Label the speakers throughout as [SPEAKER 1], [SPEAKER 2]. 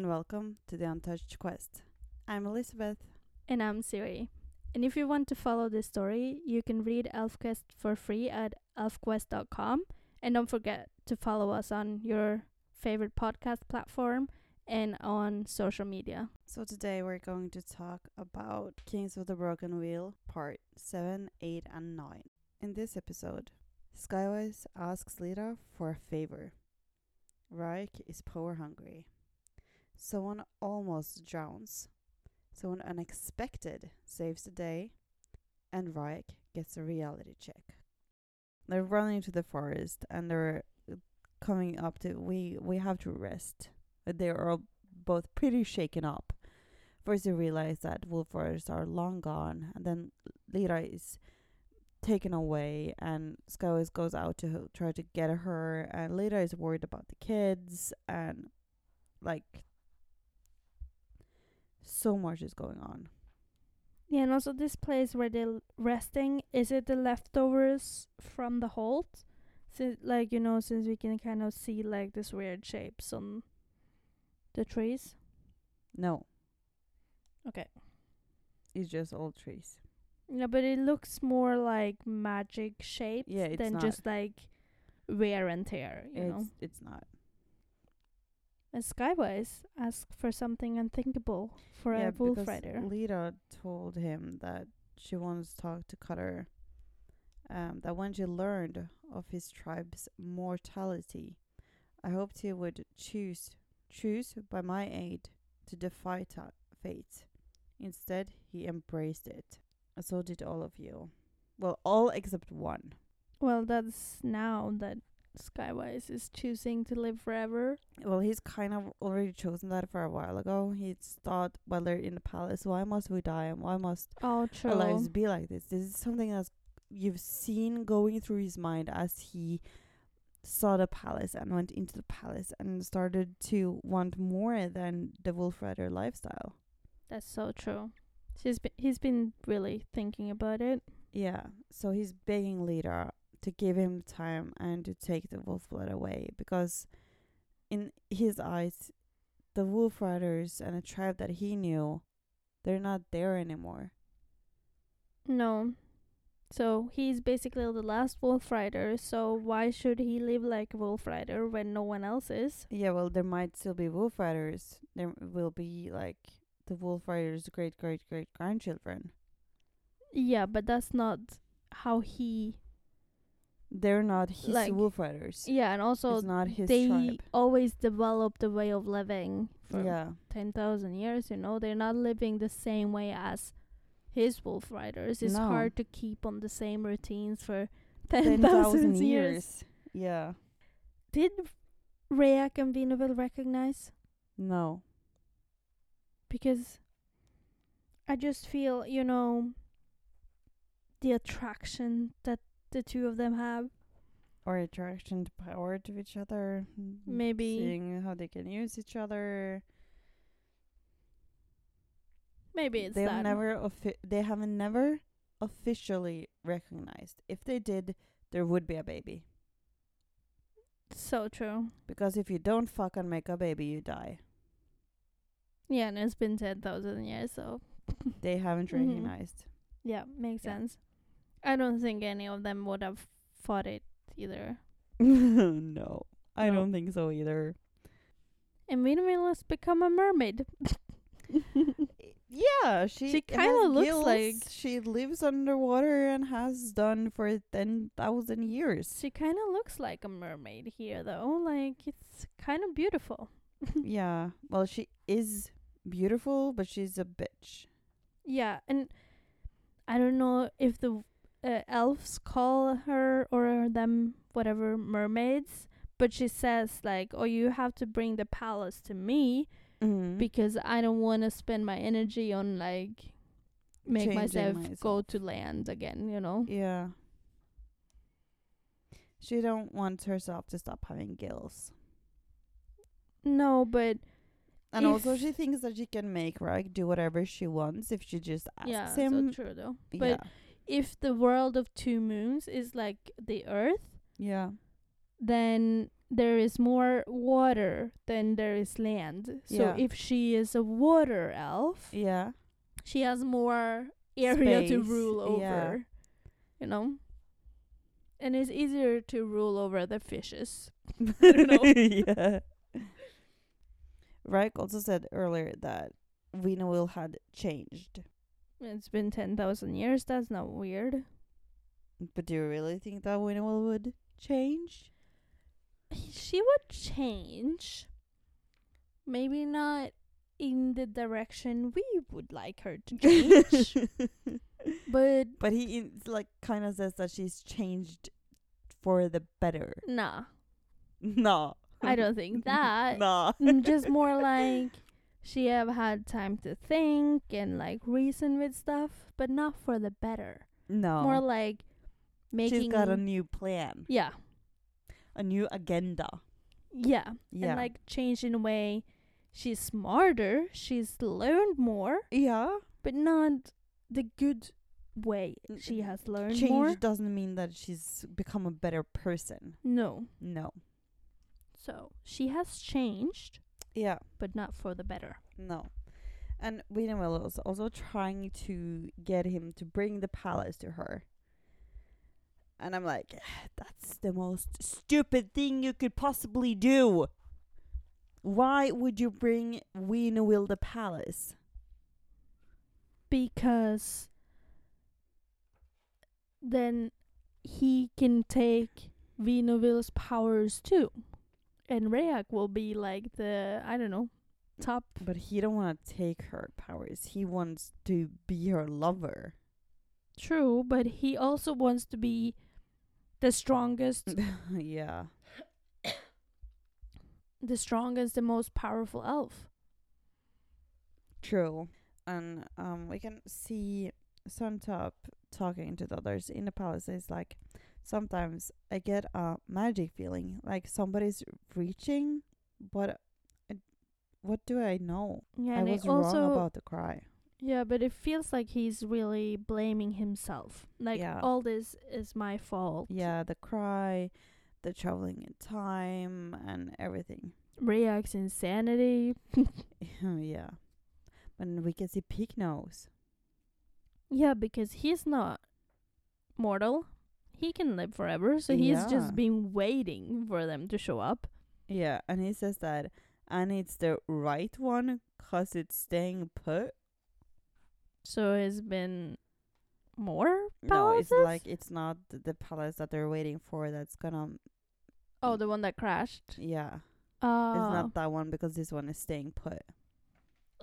[SPEAKER 1] welcome to the Untouched Quest. I'm Elizabeth.
[SPEAKER 2] And I'm Siri. And if you want to follow the story, you can read ElfQuest for free at elfquest.com. And don't forget to follow us on your favorite podcast platform and on social media.
[SPEAKER 1] So today we're going to talk about Kings of the Broken Wheel, part 7, 8, and 9. In this episode, Skywise asks Lita for a favor. Raik is power hungry. Someone almost drowns. Someone unexpected saves the day, and Raik gets a reality check. They're running to the forest and they're coming up to we we have to rest. But They are all both pretty shaken up. First they realize that Wolfers are long gone and then Lira is taken away and Skywise goes out to h- try to get her and Lira is worried about the kids and like so much is going on.
[SPEAKER 2] Yeah, and also this place where they're resting, is it the leftovers from the halt? Since, like, you know, since we can kind of see, like, these weird shapes on the trees.
[SPEAKER 1] No,
[SPEAKER 2] Okay.
[SPEAKER 1] it's just old trees.
[SPEAKER 2] Yeah, but it looks more like magic shapes
[SPEAKER 1] Yeah, it's
[SPEAKER 2] than
[SPEAKER 1] not-
[SPEAKER 2] just like wear and tear, you know.
[SPEAKER 1] It's it's not.
[SPEAKER 2] And Skywise asked for something unthinkable for a wolf
[SPEAKER 1] because
[SPEAKER 2] rider.
[SPEAKER 1] Lita told him that she wants to talk to Cutter. Um, that when she learned of his tribe's mortality, I hoped he would choose choose by my aid to defy ta- fate. Instead, he embraced it. So did all of you. Well, all except one.
[SPEAKER 2] Well, that's now that Skywise is choosing to live forever.
[SPEAKER 1] Well, he's kind of already chosen that for a while ago. He's thought while they're in the palace, why must we die and why must
[SPEAKER 2] Oh,
[SPEAKER 1] our lives
[SPEAKER 2] true.
[SPEAKER 1] be like this. This is something that's you've seen going through his mind as he saw the palace and went into the palace and started to want more than the Wolf Rider lifestyle.
[SPEAKER 2] That's so true. She's been, he's been really thinking about it.
[SPEAKER 1] Yeah. So he's begging Lita to give him time and to take the wolf blood away because in his eyes the wolf riders and the tribe that he knew they're not there anymore.
[SPEAKER 2] No. So he's basically the last wolf rider, so why should he live like a wolf rider when no one else is?
[SPEAKER 1] Yeah, well, there might still be wolf riders. There will be like the wolf riders' great great great grandchildren.
[SPEAKER 2] Yeah, but that's not how he.
[SPEAKER 1] They're not his
[SPEAKER 2] Like,
[SPEAKER 1] wolf riders.
[SPEAKER 2] Yeah, and
[SPEAKER 1] it's
[SPEAKER 2] also
[SPEAKER 1] not his
[SPEAKER 2] they
[SPEAKER 1] tribe.
[SPEAKER 2] always develop the way of living for
[SPEAKER 1] Yeah,
[SPEAKER 2] ten thousand years. You know, they're not living the same way as his wolf riders. It's
[SPEAKER 1] No.
[SPEAKER 2] hard to keep on the same routines for
[SPEAKER 1] ten
[SPEAKER 2] ten
[SPEAKER 1] thousand
[SPEAKER 2] thousand
[SPEAKER 1] years.
[SPEAKER 2] years.
[SPEAKER 1] Yeah,
[SPEAKER 2] Did Rayak and Vinaville recognize?
[SPEAKER 1] no,
[SPEAKER 2] because I just feel, you know, the attraction that the two of them have.
[SPEAKER 1] or attraction to power to each other. mm,
[SPEAKER 2] Maybe.
[SPEAKER 1] seeing how they can use each other.
[SPEAKER 2] Maybe it's
[SPEAKER 1] they've
[SPEAKER 2] that.
[SPEAKER 1] never offi- they have never officially recognized. If they did, there would be a baby.
[SPEAKER 2] so true.
[SPEAKER 1] Because if you don't fuck and make a baby, you die.
[SPEAKER 2] Yeah, and it's been 10,000 years, so
[SPEAKER 1] They haven't
[SPEAKER 2] Mhm.
[SPEAKER 1] recognized.
[SPEAKER 2] yeah, makes
[SPEAKER 1] Yeah.
[SPEAKER 2] sense. I don't think any of them would have fought it either.
[SPEAKER 1] no, I
[SPEAKER 2] No.
[SPEAKER 1] don't think so either.
[SPEAKER 2] And Vinaville has become a mermaid.
[SPEAKER 1] Yeah, she
[SPEAKER 2] She
[SPEAKER 1] has
[SPEAKER 2] kinda looks
[SPEAKER 1] gills.
[SPEAKER 2] like-
[SPEAKER 1] she lives underwater and has done for ten thousand years.
[SPEAKER 2] She kind of looks like a mermaid here, though. Like, it's kind of beautiful.
[SPEAKER 1] yeah, well, she is beautiful, but she's a bitch.
[SPEAKER 2] Yeah, and I don't know if the uh, elves call her or them whatever mermaids, but she says like, "Oh, you have to bring the palace to me
[SPEAKER 1] Mm-hmm.
[SPEAKER 2] because I don't want to spend my energy on like make
[SPEAKER 1] Changing
[SPEAKER 2] myself, go
[SPEAKER 1] myself.
[SPEAKER 2] to land again." You know?
[SPEAKER 1] yeah, she don't want herself to stop having gills,
[SPEAKER 2] No, but
[SPEAKER 1] and also
[SPEAKER 2] If-
[SPEAKER 1] she thinks that she can make Rag do whatever she wants if she just asks
[SPEAKER 2] yeah, so
[SPEAKER 1] him.
[SPEAKER 2] true though. But
[SPEAKER 1] yeah,
[SPEAKER 2] if the world of two moons is like the Earth,
[SPEAKER 1] yeah.
[SPEAKER 2] then there is more water than there is land. So
[SPEAKER 1] Yeah.
[SPEAKER 2] if she is a water elf,
[SPEAKER 1] Yeah.
[SPEAKER 2] she has more area to
[SPEAKER 1] Space,
[SPEAKER 2] rule over.
[SPEAKER 1] yeah.
[SPEAKER 2] You know? And it's easier to rule over the fishes. don't know.
[SPEAKER 1] yeah. Reich also said earlier that Wiener wheel had changed.
[SPEAKER 2] It's been 10,000 years. That's not weird.
[SPEAKER 1] But do you really think that Wiener wheel would change?
[SPEAKER 2] She would change. Maybe not in the direction we would like her to change. but
[SPEAKER 1] but he in- like kind of says that she's changed for the better.
[SPEAKER 2] nah,
[SPEAKER 1] No.
[SPEAKER 2] I don't think that.
[SPEAKER 1] no.
[SPEAKER 2] Mm, Just more like she have had time to think and like reason with stuff, but not for the better.
[SPEAKER 1] No.
[SPEAKER 2] More like making
[SPEAKER 1] she's got a new plan,
[SPEAKER 2] yeah,
[SPEAKER 1] a new agenda.
[SPEAKER 2] yeah,
[SPEAKER 1] Yeah.
[SPEAKER 2] and like change in a way. She's smarter. She's learned more,
[SPEAKER 1] yeah.
[SPEAKER 2] but not the good way.
[SPEAKER 1] N-
[SPEAKER 2] She has learned
[SPEAKER 1] Change
[SPEAKER 2] more.
[SPEAKER 1] doesn't mean that she's become a better person.
[SPEAKER 2] No,
[SPEAKER 1] No.
[SPEAKER 2] so she has changed,
[SPEAKER 1] Yeah.
[SPEAKER 2] but not for the better.
[SPEAKER 1] No. And Winnowill is also trying to get him to bring the palace to her. And I'm like, that's the most stupid thing you could possibly do. Why would you bring Winnowill the palace?
[SPEAKER 2] because then he can take Vinoville's powers too. And Reak will be like the I don't know, top
[SPEAKER 1] But he don't want to take her powers. He wants to be her lover.
[SPEAKER 2] true, but he also wants to be the strongest
[SPEAKER 1] yeah.
[SPEAKER 2] the strongest, the most powerful elf.
[SPEAKER 1] True. And um, we can see Suntop talking to the others in the palace. It's like sometimes I get a magic feeling, like somebody's reaching, but I, what do I know?
[SPEAKER 2] Yeah,
[SPEAKER 1] I
[SPEAKER 2] and
[SPEAKER 1] was
[SPEAKER 2] it also
[SPEAKER 1] wrong about the cry.
[SPEAKER 2] Yeah, but it feels like he's really blaming himself. Like
[SPEAKER 1] Yeah.
[SPEAKER 2] all this is my fault.
[SPEAKER 1] Yeah, the cry, the traveling in time, and everything.
[SPEAKER 2] React's insanity.
[SPEAKER 1] yeah. And we can see Pig Nose.
[SPEAKER 2] Yeah, because he's not mortal. He can live forever, so he's
[SPEAKER 1] Yeah.
[SPEAKER 2] just been waiting for them to show up.
[SPEAKER 1] Yeah, and he says that, and it's the right one 'cause it's staying put.
[SPEAKER 2] So it's been more
[SPEAKER 1] No, it's
[SPEAKER 2] palaces?
[SPEAKER 1] like it's not th- the palace that they're waiting for. That's gonna
[SPEAKER 2] Oh, the one that crashed.
[SPEAKER 1] yeah.
[SPEAKER 2] Oh,
[SPEAKER 1] It's not that one because this one is staying put.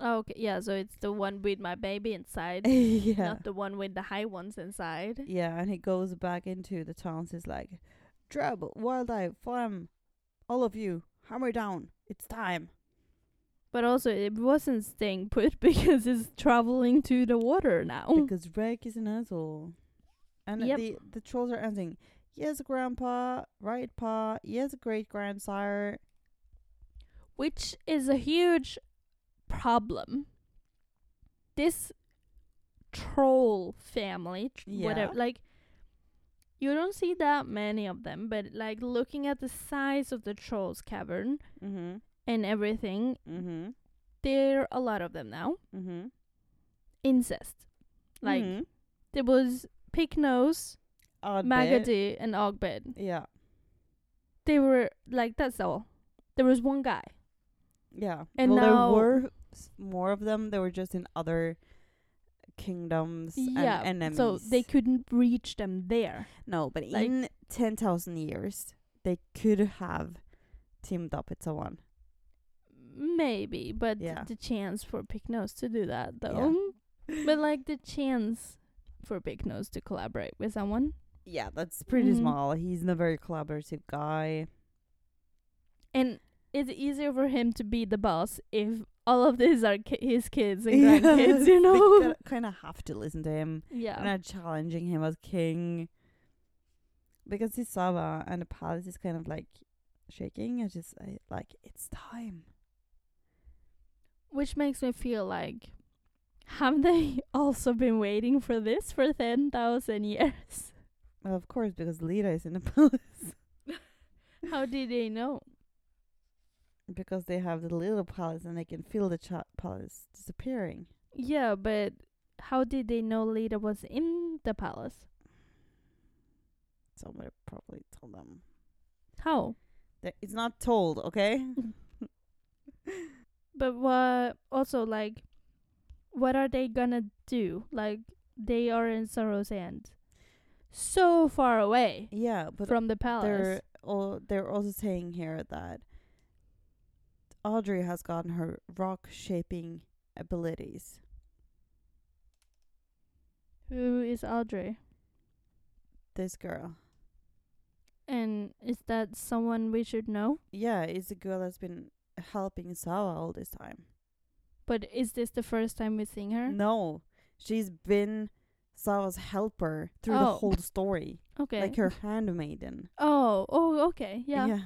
[SPEAKER 2] okay. Yeah, so it's the one with my baby inside,
[SPEAKER 1] yeah,
[SPEAKER 2] not the one with the high ones inside.
[SPEAKER 1] yeah. And he goes back into the towns. He's like, "Drab, wildlife, farm, all of you, hammer down. It's time."
[SPEAKER 2] But also, it wasn't staying put because it's traveling to the water now.
[SPEAKER 1] Because Rick is an asshole. And
[SPEAKER 2] Mm. Yep.
[SPEAKER 1] the the trolls are answering, "Yes, grandpa. Right, pa. Yes, great grandsire."
[SPEAKER 2] which is a huge problem. This troll family, tr- whatever,
[SPEAKER 1] Yeah.
[SPEAKER 2] like you don't see that many of them, but like looking at the size of the trolls cavern Mm-hmm,
[SPEAKER 1] Mhm.
[SPEAKER 2] and everything,
[SPEAKER 1] Mhm.
[SPEAKER 2] there are a lot of them now.
[SPEAKER 1] Mhm.
[SPEAKER 2] Incest, mm-hmm. like
[SPEAKER 1] Mhm.
[SPEAKER 2] there was Pignose,
[SPEAKER 1] Odd bit.
[SPEAKER 2] Magadoo, and Ogbed.
[SPEAKER 1] Yeah.
[SPEAKER 2] They were like that's all. There was one guy.
[SPEAKER 1] Yeah.
[SPEAKER 2] And
[SPEAKER 1] well,
[SPEAKER 2] now-
[SPEAKER 1] there were s- more of them. They were just in other kingdoms
[SPEAKER 2] yeah,
[SPEAKER 1] and enemies.
[SPEAKER 2] so they couldn't reach them there.
[SPEAKER 1] no, but
[SPEAKER 2] like-
[SPEAKER 1] in ten thousand years, they could have teamed up with someone.
[SPEAKER 2] Maybe, but th-
[SPEAKER 1] Yeah.
[SPEAKER 2] the chance for Big Nose to do that though. But like the chance for Big Nose to collaborate with someone.
[SPEAKER 1] Yeah, that's pretty
[SPEAKER 2] Mm.
[SPEAKER 1] small. He's not a very collaborative guy.
[SPEAKER 2] And it's easier for him to be the boss if all of these are ki- his kids and
[SPEAKER 1] Yeah,
[SPEAKER 2] grandkids, you know?
[SPEAKER 1] they kind of have to listen to him.
[SPEAKER 2] yeah.
[SPEAKER 1] and are challenging him as king because he's Saba and the palace is kind of like shaking. I just I, like it's time.
[SPEAKER 2] Which makes me feel like, have they also been waiting for this for 10,000 years?
[SPEAKER 1] Well, of course, because Lita is in the palace.
[SPEAKER 2] How did they know?
[SPEAKER 1] because they have the little palace and they can feel the ch- palace disappearing.
[SPEAKER 2] Yeah, but how did they know Lita was in the palace?
[SPEAKER 1] Somebody probably told them.
[SPEAKER 2] How?
[SPEAKER 1] That it's not told, okay?
[SPEAKER 2] But what also like what are they gonna do? Like they are in Sorrow's End. So far away
[SPEAKER 1] yeah, but
[SPEAKER 2] from the palace.
[SPEAKER 1] they're all, they're also saying here that Audrey has gotten her rock shaping abilities.
[SPEAKER 2] Who is Audrey?
[SPEAKER 1] This girl.
[SPEAKER 2] And is that someone we should know?
[SPEAKER 1] Yeah, it's a girl that's been helping Sawa all this time.
[SPEAKER 2] But is this the first time we're seeing her?
[SPEAKER 1] No, she's been Sawa's helper through the
[SPEAKER 2] Oh.
[SPEAKER 1] whole story,
[SPEAKER 2] Okay.
[SPEAKER 1] like her handmaiden.
[SPEAKER 2] oh, oh, okay, yeah.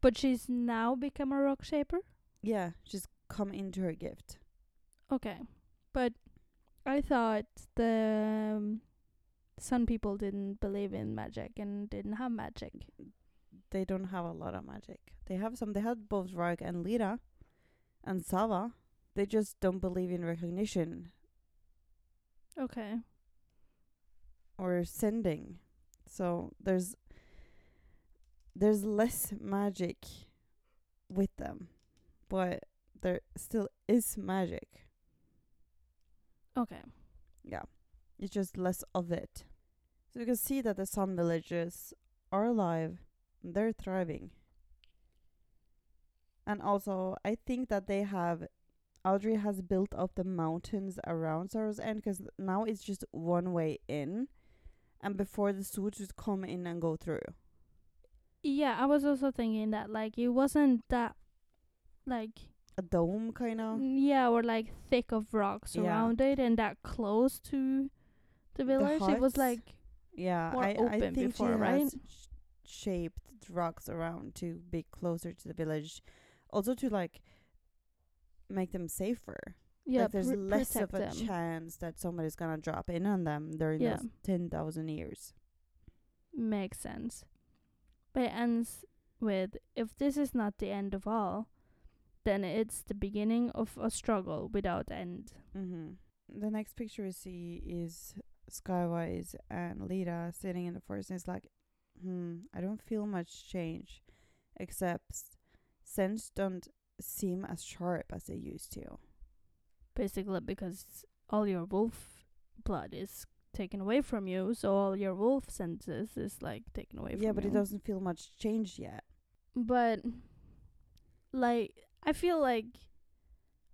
[SPEAKER 2] But she's now become a rock shaper.
[SPEAKER 1] Yeah, she's come into her gift.
[SPEAKER 2] Okay, but I thought the um, some people didn't believe in magic and didn't have magic.
[SPEAKER 1] They don't have a lot of magic. They have some. They had both Rock and Lira, and Sava. They just don't believe in recognition Mm.
[SPEAKER 2] Okay,
[SPEAKER 1] or sending. So there's there's less magic with them, but there still is magic.
[SPEAKER 2] okay,
[SPEAKER 1] Yeah, it's just less of it. So you can see that the Sun villages are alive. and They're thriving. And also, I think that they have. Audrey has built up the mountains around Sorrow's End because now it's just one way in. And before the sewage would come in and go through.
[SPEAKER 2] yeah. I was also thinking that like it wasn't that like
[SPEAKER 1] A dome, kind of.
[SPEAKER 2] mm, yeah or like thick of rocks
[SPEAKER 1] Oh. Yeah.
[SPEAKER 2] around it and that close to the village. it was
[SPEAKER 1] huts.
[SPEAKER 2] like
[SPEAKER 1] Yeah,
[SPEAKER 2] more
[SPEAKER 1] I, I
[SPEAKER 2] open
[SPEAKER 1] think
[SPEAKER 2] before,
[SPEAKER 1] she
[SPEAKER 2] right?
[SPEAKER 1] has sh- shaped the rocks around to be closer to the village, also to like make them safer.
[SPEAKER 2] yeah,
[SPEAKER 1] like there's
[SPEAKER 2] pr-
[SPEAKER 1] less of
[SPEAKER 2] protect
[SPEAKER 1] a
[SPEAKER 2] them.
[SPEAKER 1] chance that somebody's gonna drop in on them during
[SPEAKER 2] Yeah.
[SPEAKER 1] those ten thousand years.
[SPEAKER 2] Makes sense. But it ends with if this is not the end of all, then it's the beginning of a struggle without end.
[SPEAKER 1] Mm-hmm. The next picture we see is Skywise and Lita sitting in the forest, and it's like, hmm, I don't feel much change, except scents don't seem as sharp as they used to.
[SPEAKER 2] Basically, because all your wolf blood is taken away from you, so all your wolf senses is like taken away from you.
[SPEAKER 1] Yeah, but it doesn't feel much change yet.
[SPEAKER 2] But, like, I feel like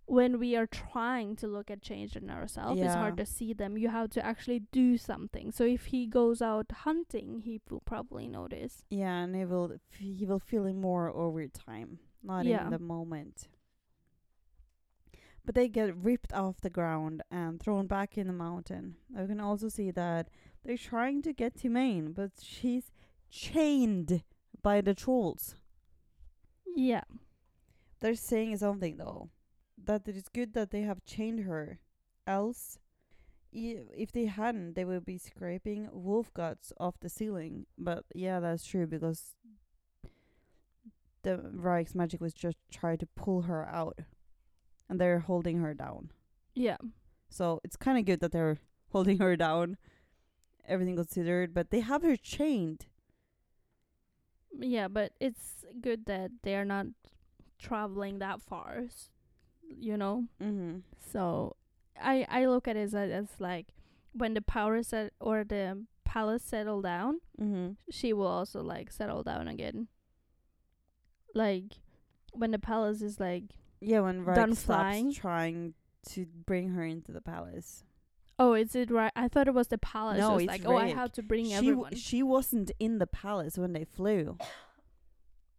[SPEAKER 2] when we are trying to look at change in ourselves, it's
[SPEAKER 1] Yeah.
[SPEAKER 2] hard to see them. You have to actually do something. So if he goes out hunting, he will probably notice.
[SPEAKER 1] Yeah, and he will f- he will feel it more over time, not
[SPEAKER 2] Yeah.
[SPEAKER 1] in the moment. But they get ripped off the ground and thrown back in the mountain. You can also see that they're trying to get to Maine, but she's chained by the trolls.
[SPEAKER 2] Yeah.
[SPEAKER 1] They're saying something though, that it is good that they have chained her, else. i- If they hadn't, they would be scraping wolf guts off the ceiling. But yeah, that's true because the Reich's magic was just trying to pull her out, and they're holding her down.
[SPEAKER 2] Yeah.
[SPEAKER 1] So it's kind of good that they're holding her down, everything considered. But they have her chained.
[SPEAKER 2] Yeah, but it's good that they are not traveling that far, s- you know?
[SPEAKER 1] Mm-hmm.
[SPEAKER 2] So I I look at it as, as like when the power set or the palace settle down,
[SPEAKER 1] Mm-hmm.
[SPEAKER 2] she will also like settle down again. Like when the palace is like,
[SPEAKER 1] Yeah, when Reich
[SPEAKER 2] Done
[SPEAKER 1] stops
[SPEAKER 2] flying.
[SPEAKER 1] trying to bring her into the palace.
[SPEAKER 2] oh, is it right? I thought it was the palace.
[SPEAKER 1] No,
[SPEAKER 2] No,
[SPEAKER 1] it's
[SPEAKER 2] like, oh, I
[SPEAKER 1] Rick.
[SPEAKER 2] have to bring
[SPEAKER 1] she w-
[SPEAKER 2] everyone.
[SPEAKER 1] she wasn't in the palace when they flew.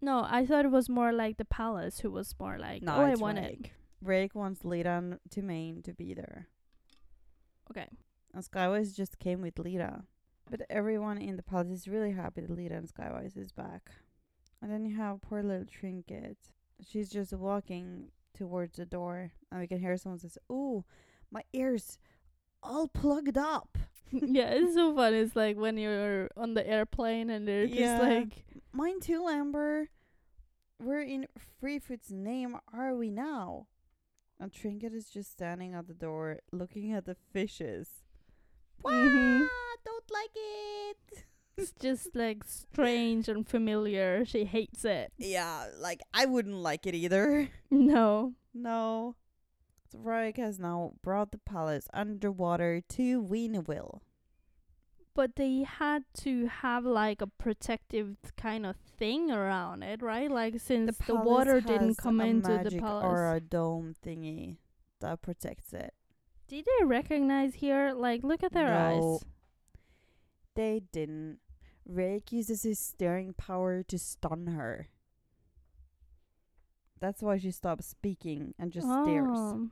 [SPEAKER 2] no, I thought it was more like the palace who was more like,
[SPEAKER 1] No,
[SPEAKER 2] oh, I
[SPEAKER 1] it's
[SPEAKER 2] want it.
[SPEAKER 1] Rick. Rake wants Lita and to Maine to be there.
[SPEAKER 2] Okay.
[SPEAKER 1] And Skywise just came with Lita. But everyone in the palace is really happy that Lita and Skywise is back. And then you have poor little Trinket. She's just walking towards the door and we can hear someone says, Ooh, my ears all plugged up
[SPEAKER 2] yeah, it's so funny. It's like when you're on the airplane and they're
[SPEAKER 1] Yeah.
[SPEAKER 2] just like,
[SPEAKER 1] Mine too, Amber. Where in Freefoot's name are we now? And Trinket is just standing at the door looking at the fishes.
[SPEAKER 2] Mhm.
[SPEAKER 1] "Wah, Don't like it.
[SPEAKER 2] it's just like strange and familiar. She hates it.
[SPEAKER 1] Yeah, like I wouldn't like it either.
[SPEAKER 2] No.
[SPEAKER 1] No. So Rorik has now brought the palace underwater to Weenville.
[SPEAKER 2] But they had to have like a protective kind of thing around it, right? Like since the,
[SPEAKER 1] palace
[SPEAKER 2] water didn't
[SPEAKER 1] has
[SPEAKER 2] come
[SPEAKER 1] a
[SPEAKER 2] into the
[SPEAKER 1] magic
[SPEAKER 2] palace.
[SPEAKER 1] Or a dome thingy that protects it.
[SPEAKER 2] Did they recognize here? Like, look at their
[SPEAKER 1] No.
[SPEAKER 2] eyes.
[SPEAKER 1] They didn't. Rick uses his staring power to stun her. That's why she stops speaking and just stares.
[SPEAKER 2] Oh.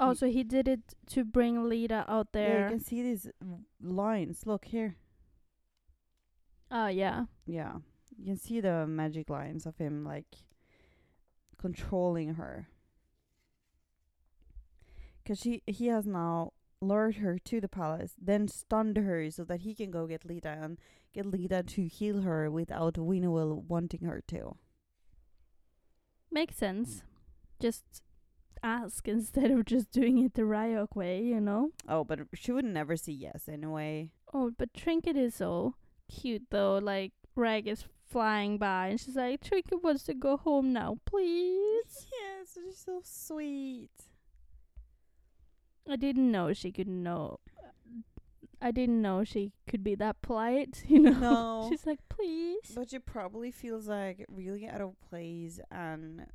[SPEAKER 2] Oh,
[SPEAKER 1] Ye-
[SPEAKER 2] so he did it to bring Lita out
[SPEAKER 1] Yeah, you
[SPEAKER 2] there.
[SPEAKER 1] can see these mm, lines. Look here.
[SPEAKER 2] oh, yeah.
[SPEAKER 1] Yeah. You can see the magic lines of him like controlling her. Cuz she he has now lured her to the palace, then stunned her so that he can go get Lita and get Lita to heal her without Winnowill wanting her to.
[SPEAKER 2] Makes
[SPEAKER 1] Mm.
[SPEAKER 2] sense. Just ask instead of just doing it the Ryok way, you know?
[SPEAKER 1] Oh, but she would never say yes anyway.
[SPEAKER 2] Oh, but Trinket is so cute though. Like, Rag is flying by and she's like, Trinket wants to go home now, please.
[SPEAKER 1] Yes, she's so sweet.
[SPEAKER 2] I didn't know she could know. I didn't know she could be that polite, you know?
[SPEAKER 1] No.
[SPEAKER 2] she's like, please.
[SPEAKER 1] But she probably feels like really out of place and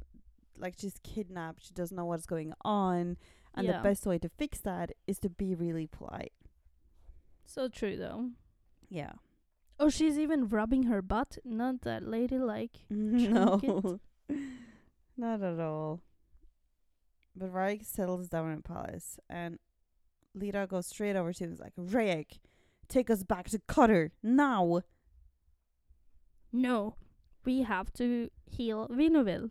[SPEAKER 1] like she's kidnapped. She doesn't know what's going on. And
[SPEAKER 2] Yeah.
[SPEAKER 1] the best way to fix that is to be really polite.
[SPEAKER 2] So true though.
[SPEAKER 1] Yeah.
[SPEAKER 2] Oh, she's even rubbing her butt. Not that lady like.
[SPEAKER 1] No. Not at all. But Raik settles down in palace and Lira goes straight over to him and is like, Raik, take us back to Cutter now.
[SPEAKER 2] No, we have to heal Vinoville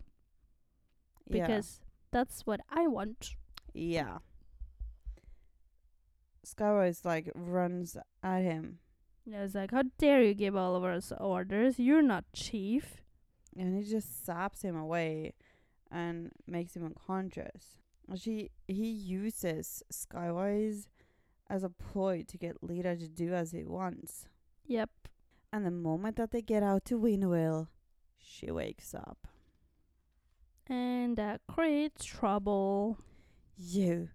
[SPEAKER 1] Yeah.
[SPEAKER 2] because that's what I want.
[SPEAKER 1] Yeah. Skywise like runs at him
[SPEAKER 2] And I was like, how dare you give all of us orders? You're not chief.
[SPEAKER 1] and he just saps him away and makes him unconscious. And She he uses Skywise as a ploy to get Lita to do as he wants.
[SPEAKER 2] Yep.
[SPEAKER 1] And the moment that they get out to Windwheel, she wakes up.
[SPEAKER 2] And that creates trouble.
[SPEAKER 1] You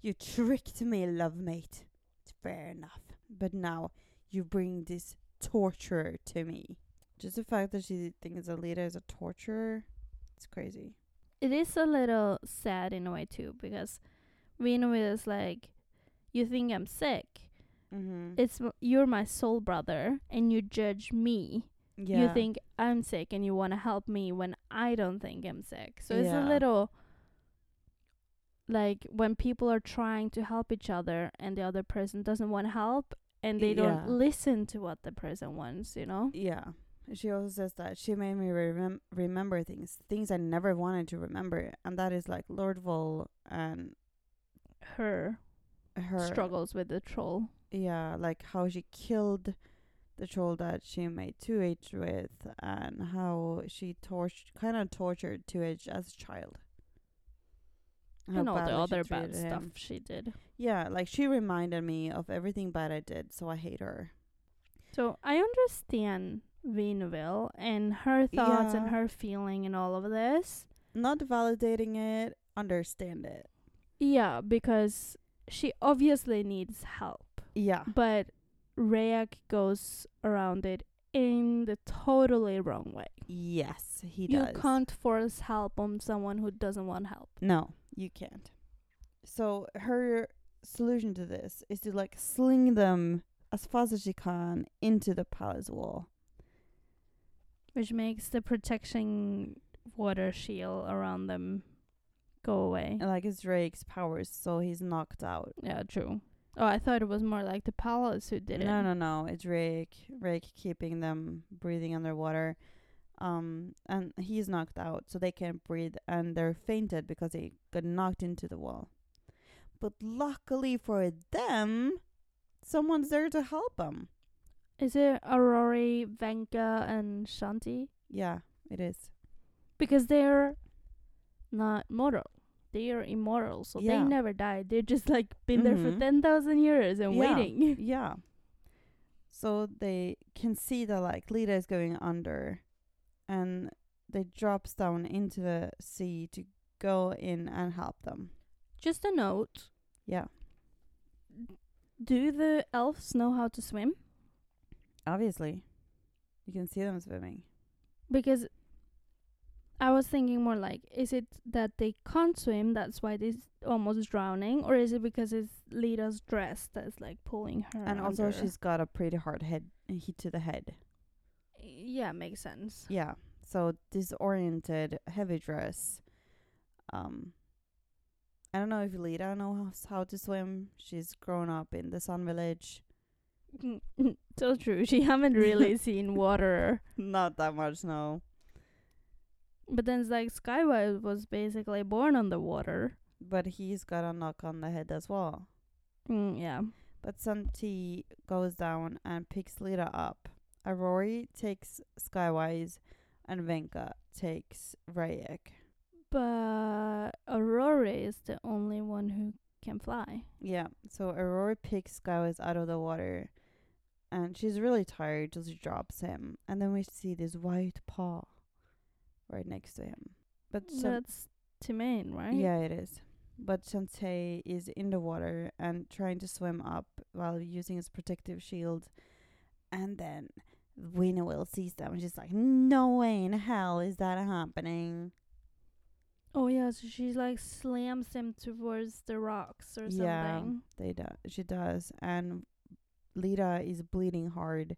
[SPEAKER 1] you tricked me, love mate. Fair enough. But now you bring this torturer to me. Just the fact that she thinks Alita is a torturer, it's crazy.
[SPEAKER 2] It is a little sad in a way too because Vinoville is like, you think I'm sick.
[SPEAKER 1] Mm-hmm.
[SPEAKER 2] It's m- you're my soul brother and you judge me.
[SPEAKER 1] yeah.
[SPEAKER 2] you think I'm sick and you want to help me when I don't think I'm sick. So it's
[SPEAKER 1] Yeah.
[SPEAKER 2] a little like when people are trying to help each other and the other person doesn't want help and they
[SPEAKER 1] Yeah.
[SPEAKER 2] don't listen to what the person wants, you know?
[SPEAKER 1] Yeah. She also says that she made me remem- remember things, things I never wanted to remember, and that is like Lord Vol and
[SPEAKER 2] Her,
[SPEAKER 1] her
[SPEAKER 2] struggles with the troll.
[SPEAKER 1] yeah, like how she killed the troll that she made two H with, and how she torch kind of tortured two H as a child. How
[SPEAKER 2] and all the
[SPEAKER 1] badly she
[SPEAKER 2] other bad
[SPEAKER 1] treated
[SPEAKER 2] stuff
[SPEAKER 1] him.
[SPEAKER 2] she did.
[SPEAKER 1] Yeah, like she reminded me of everything bad I did, so I hate her.
[SPEAKER 2] So I understand Vineville and her thoughts and
[SPEAKER 1] Yeah.
[SPEAKER 2] her feeling and all of this.
[SPEAKER 1] Not validating it, understand it.
[SPEAKER 2] Yeah, because she obviously needs help.
[SPEAKER 1] Yeah,
[SPEAKER 2] But Rayak goes around it in the totally wrong way.
[SPEAKER 1] yes, he
[SPEAKER 2] you
[SPEAKER 1] does.
[SPEAKER 2] can't force help on someone who doesn't want help.
[SPEAKER 1] No, you can't. So her solution to this is to like sling them as fast as she can into the palace wall.
[SPEAKER 2] Which makes the protection water shield around them go away.
[SPEAKER 1] And like it's Drake's powers, so he's knocked out.
[SPEAKER 2] Yeah, true. Oh, I thought it was more like the palace who did it.
[SPEAKER 1] No, no, no. It's Drake. Drake keeping them breathing underwater. Um, and he's knocked out, so they can't breathe, and they're fainted because they got knocked into the wall. But luckily for them, someone's there to help them.
[SPEAKER 2] Is it Aurori, Venka, and Shanti?
[SPEAKER 1] Yeah, it is.
[SPEAKER 2] Because they're not mortal. They are immortal, so
[SPEAKER 1] Yeah.
[SPEAKER 2] they never die. They've just like been there for
[SPEAKER 1] Mhm.
[SPEAKER 2] ten thousand years and
[SPEAKER 1] Yeah.
[SPEAKER 2] waiting.
[SPEAKER 1] yeah. So they can see that like Lita is going under, and they drops down into the sea to go in and help them.
[SPEAKER 2] Just a note:
[SPEAKER 1] Yeah,
[SPEAKER 2] Do the elves know how to swim?
[SPEAKER 1] obviously, you can see them swimming.
[SPEAKER 2] because I was thinking more like, is it that they can't swim, that's why they're almost drowning, or is it because it's Lita's dress that's like pulling her?
[SPEAKER 1] And also,
[SPEAKER 2] under?
[SPEAKER 1] she's got a pretty hard head hit to the head.
[SPEAKER 2] yeah, makes sense.
[SPEAKER 1] Yeah. So disoriented, heavy dress. Um, I don't know if Lita knows how to swim. She's grown up in the Sun Village.
[SPEAKER 2] so true. She haven't really seen water,
[SPEAKER 1] Not that much, no.
[SPEAKER 2] but then it's like Skywise was basically born on the water.
[SPEAKER 1] but he's got a knock on the head as well.
[SPEAKER 2] Mm, yeah,
[SPEAKER 1] But Santi goes down and picks Lita up. Aurori takes Skywise, and Venka takes Rayek.
[SPEAKER 2] but Aurora is the only one who can fly.
[SPEAKER 1] Yeah, so Aurori picks Skywise out of the water, and she's really tired, so she drops him. And then we see this white paw right next to him. But San-
[SPEAKER 2] that's Timane, right?
[SPEAKER 1] Yeah, it is. But Shantae is in the water and trying to swim up while using his protective shield. And then Winnie will sees them and she's like, No way in hell is that happening.
[SPEAKER 2] Oh yeah, so she like slams him towards the rocks or
[SPEAKER 1] Yeah.
[SPEAKER 2] something.
[SPEAKER 1] They do- she does. And Lita is bleeding hard.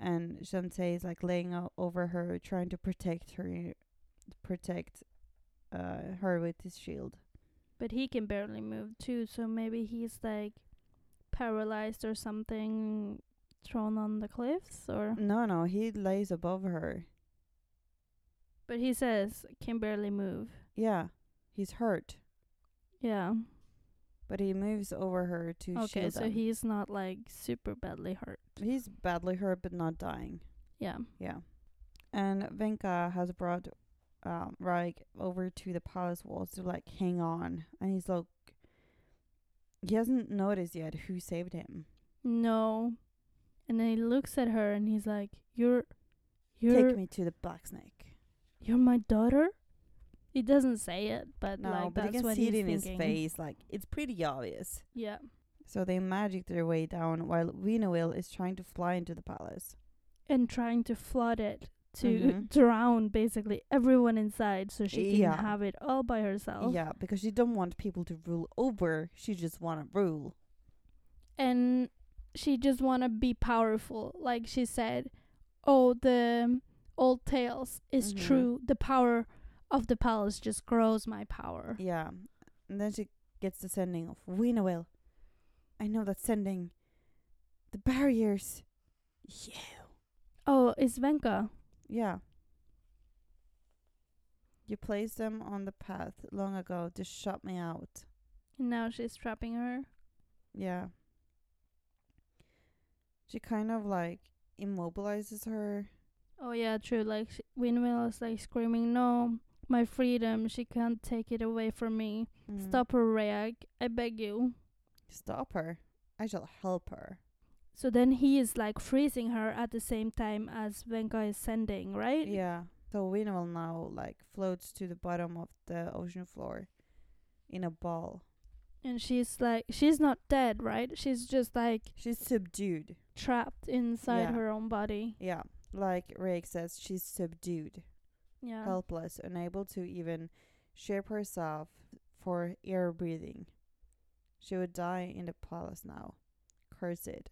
[SPEAKER 1] And Shantae is like laying o- over her, trying to protect her, protect uh, her with his shield.
[SPEAKER 2] But he can barely move too, so maybe he's like paralyzed or something thrown on the cliffs or
[SPEAKER 1] No, no, he lays above her.
[SPEAKER 2] but he says can barely move.
[SPEAKER 1] Yeah, he's hurt.
[SPEAKER 2] Yeah.
[SPEAKER 1] But he moves over her to
[SPEAKER 2] Okay,
[SPEAKER 1] shield
[SPEAKER 2] so
[SPEAKER 1] them.
[SPEAKER 2] he's not like super badly hurt.
[SPEAKER 1] he's badly hurt but not dying.
[SPEAKER 2] Yeah.
[SPEAKER 1] Yeah. And Venka has brought um, Raik over to the palace walls to like hang on, and he's like, he hasn't noticed yet who saved him.
[SPEAKER 2] No. And then he looks at her and he's like, You're
[SPEAKER 1] Take
[SPEAKER 2] you're
[SPEAKER 1] me to the blacksnake.
[SPEAKER 2] you're my daughter? He doesn't say it, but
[SPEAKER 1] No,
[SPEAKER 2] like
[SPEAKER 1] but you
[SPEAKER 2] that's
[SPEAKER 1] can
[SPEAKER 2] what
[SPEAKER 1] see it
[SPEAKER 2] he's
[SPEAKER 1] in his
[SPEAKER 2] thinking.
[SPEAKER 1] face. Like it's pretty obvious.
[SPEAKER 2] Yeah.
[SPEAKER 1] So they magic their way down while Winowil is trying to fly into the palace.
[SPEAKER 2] and trying to flood it to
[SPEAKER 1] Mhm.
[SPEAKER 2] drown basically everyone inside so she can
[SPEAKER 1] Yeah.
[SPEAKER 2] have it all by herself.
[SPEAKER 1] Yeah, because she don't want people to rule over. She just want to rule.
[SPEAKER 2] And she just want to be powerful. Like she said, oh, the old tales is
[SPEAKER 1] Mhm.
[SPEAKER 2] true. The power of the palace just grows my power.
[SPEAKER 1] Yeah. And then she gets the sending of Winowell. I know that sending. The barriers. Yeah.
[SPEAKER 2] Oh, it's Venka.
[SPEAKER 1] Yeah. You placed them on the path long ago to shut me out.
[SPEAKER 2] And now she's trapping her.
[SPEAKER 1] Yeah. She kind of like immobilizes her.
[SPEAKER 2] Oh, yeah, true. Like, sh- Windmill is like screaming, no, my freedom. She can't take it away from me.
[SPEAKER 1] Mm.
[SPEAKER 2] Stop her, Rag. I beg you.
[SPEAKER 1] Stop her. I shall help her.
[SPEAKER 2] So then he is like freezing her at the same time as Venka is sending, right?
[SPEAKER 1] Yeah. So Winowell now like floats to the bottom of the ocean floor in a ball.
[SPEAKER 2] And she's like, she's not dead, right? She's just like
[SPEAKER 1] She's subdued.
[SPEAKER 2] trapped inside
[SPEAKER 1] Yeah.
[SPEAKER 2] her own body.
[SPEAKER 1] Yeah, like Rake says, she's subdued,
[SPEAKER 2] Yeah.
[SPEAKER 1] helpless, unable to even shape herself for air breathing. She would die in the palace now. Cursed.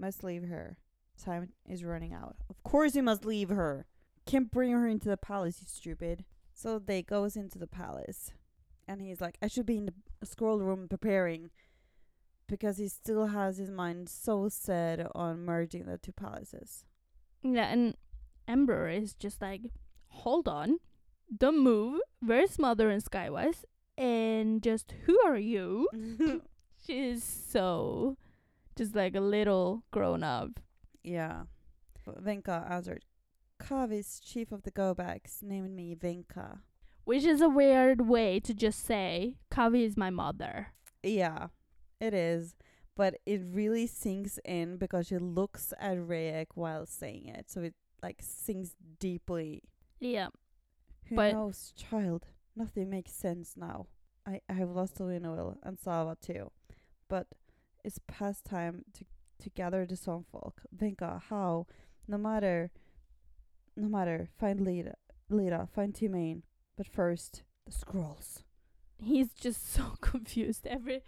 [SPEAKER 1] Must leave her. Time is running out. Of course you must leave her. Can't bring her into the palace, you stupid. So they goes into the palace, and he's like, I should be in the scroll room preparing, because he still has his mind so set on merging the two palaces.
[SPEAKER 2] Yeah, and Ember is just like, hold on, don't move. Where's Mother and Skywise? And just who are you? She's so just like a little grown up.
[SPEAKER 1] Yeah. Venka answered, Kavi's chief of the Gobaks named me Venka.
[SPEAKER 2] Which is a weird way to just say, Kavi is my mother.
[SPEAKER 1] Yeah, it is. But it really sinks in because she looks at Rayek while saying it. So it like sinks deeply.
[SPEAKER 2] Yeah.
[SPEAKER 1] Who
[SPEAKER 2] But-
[SPEAKER 1] knows, child? Nothing makes sense now. I, I have lost Winnowill and Sava too. But it's past time to, to gather the Songfolk. Venka, how? No matter. No matter. Find Lira. Lira. Find Timain. But first, the scrolls.
[SPEAKER 2] He's just so confused. Every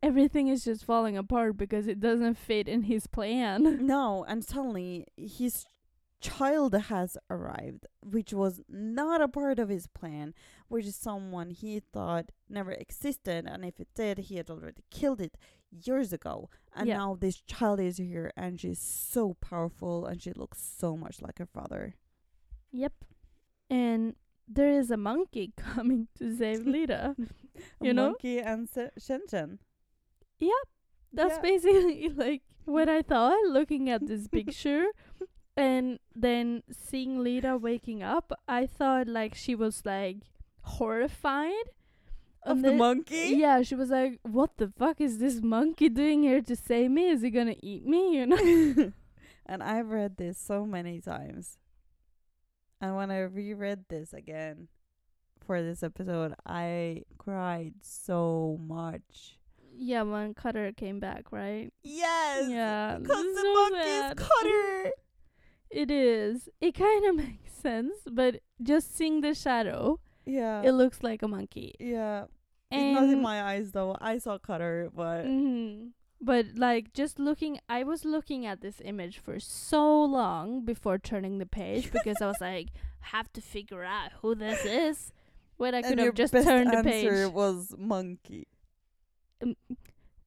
[SPEAKER 2] everything is just falling apart because it doesn't fit in his plan.
[SPEAKER 1] No, and suddenly his child has arrived, which was not a part of his plan, which is someone he thought never existed, and if it did, he had already killed it years ago. And
[SPEAKER 2] Yeah.
[SPEAKER 1] now this child is here, and she's so powerful, and she looks so much like her father.
[SPEAKER 2] Yep. And there is a monkey coming to save Lita.
[SPEAKER 1] A
[SPEAKER 2] You know?
[SPEAKER 1] monkey and Se- Shenzhen.
[SPEAKER 2] That's
[SPEAKER 1] Yeah.
[SPEAKER 2] basically like what I thought looking at this picture. and then seeing Lita waking up, I thought like she was like horrified.
[SPEAKER 1] Of
[SPEAKER 2] And
[SPEAKER 1] the
[SPEAKER 2] then-
[SPEAKER 1] monkey?
[SPEAKER 2] Yeah, she was like, What the fuck is this monkey doing here to save me? Is he gonna eat me? You know?
[SPEAKER 1] and I've read this so many times. And when I reread this again for this episode, I cried so much.
[SPEAKER 2] yeah, when Cutter came back, right?
[SPEAKER 1] Yes.
[SPEAKER 2] Yeah,
[SPEAKER 1] Because
[SPEAKER 2] this is
[SPEAKER 1] the
[SPEAKER 2] so
[SPEAKER 1] monkey
[SPEAKER 2] sad.
[SPEAKER 1] is Cutter.
[SPEAKER 2] It is. It kind of makes sense, but just seeing the shadow,
[SPEAKER 1] Yeah.
[SPEAKER 2] it looks like a monkey.
[SPEAKER 1] yeah.
[SPEAKER 2] And
[SPEAKER 1] Not in my eyes though. I saw Cutter, but
[SPEAKER 2] Mhm. But like just looking, I was looking at this image for so long before turning the page because I was like, have to figure out who this is. When I
[SPEAKER 1] and
[SPEAKER 2] could
[SPEAKER 1] your
[SPEAKER 2] have just
[SPEAKER 1] best
[SPEAKER 2] turned the
[SPEAKER 1] answer
[SPEAKER 2] page.
[SPEAKER 1] was monkey.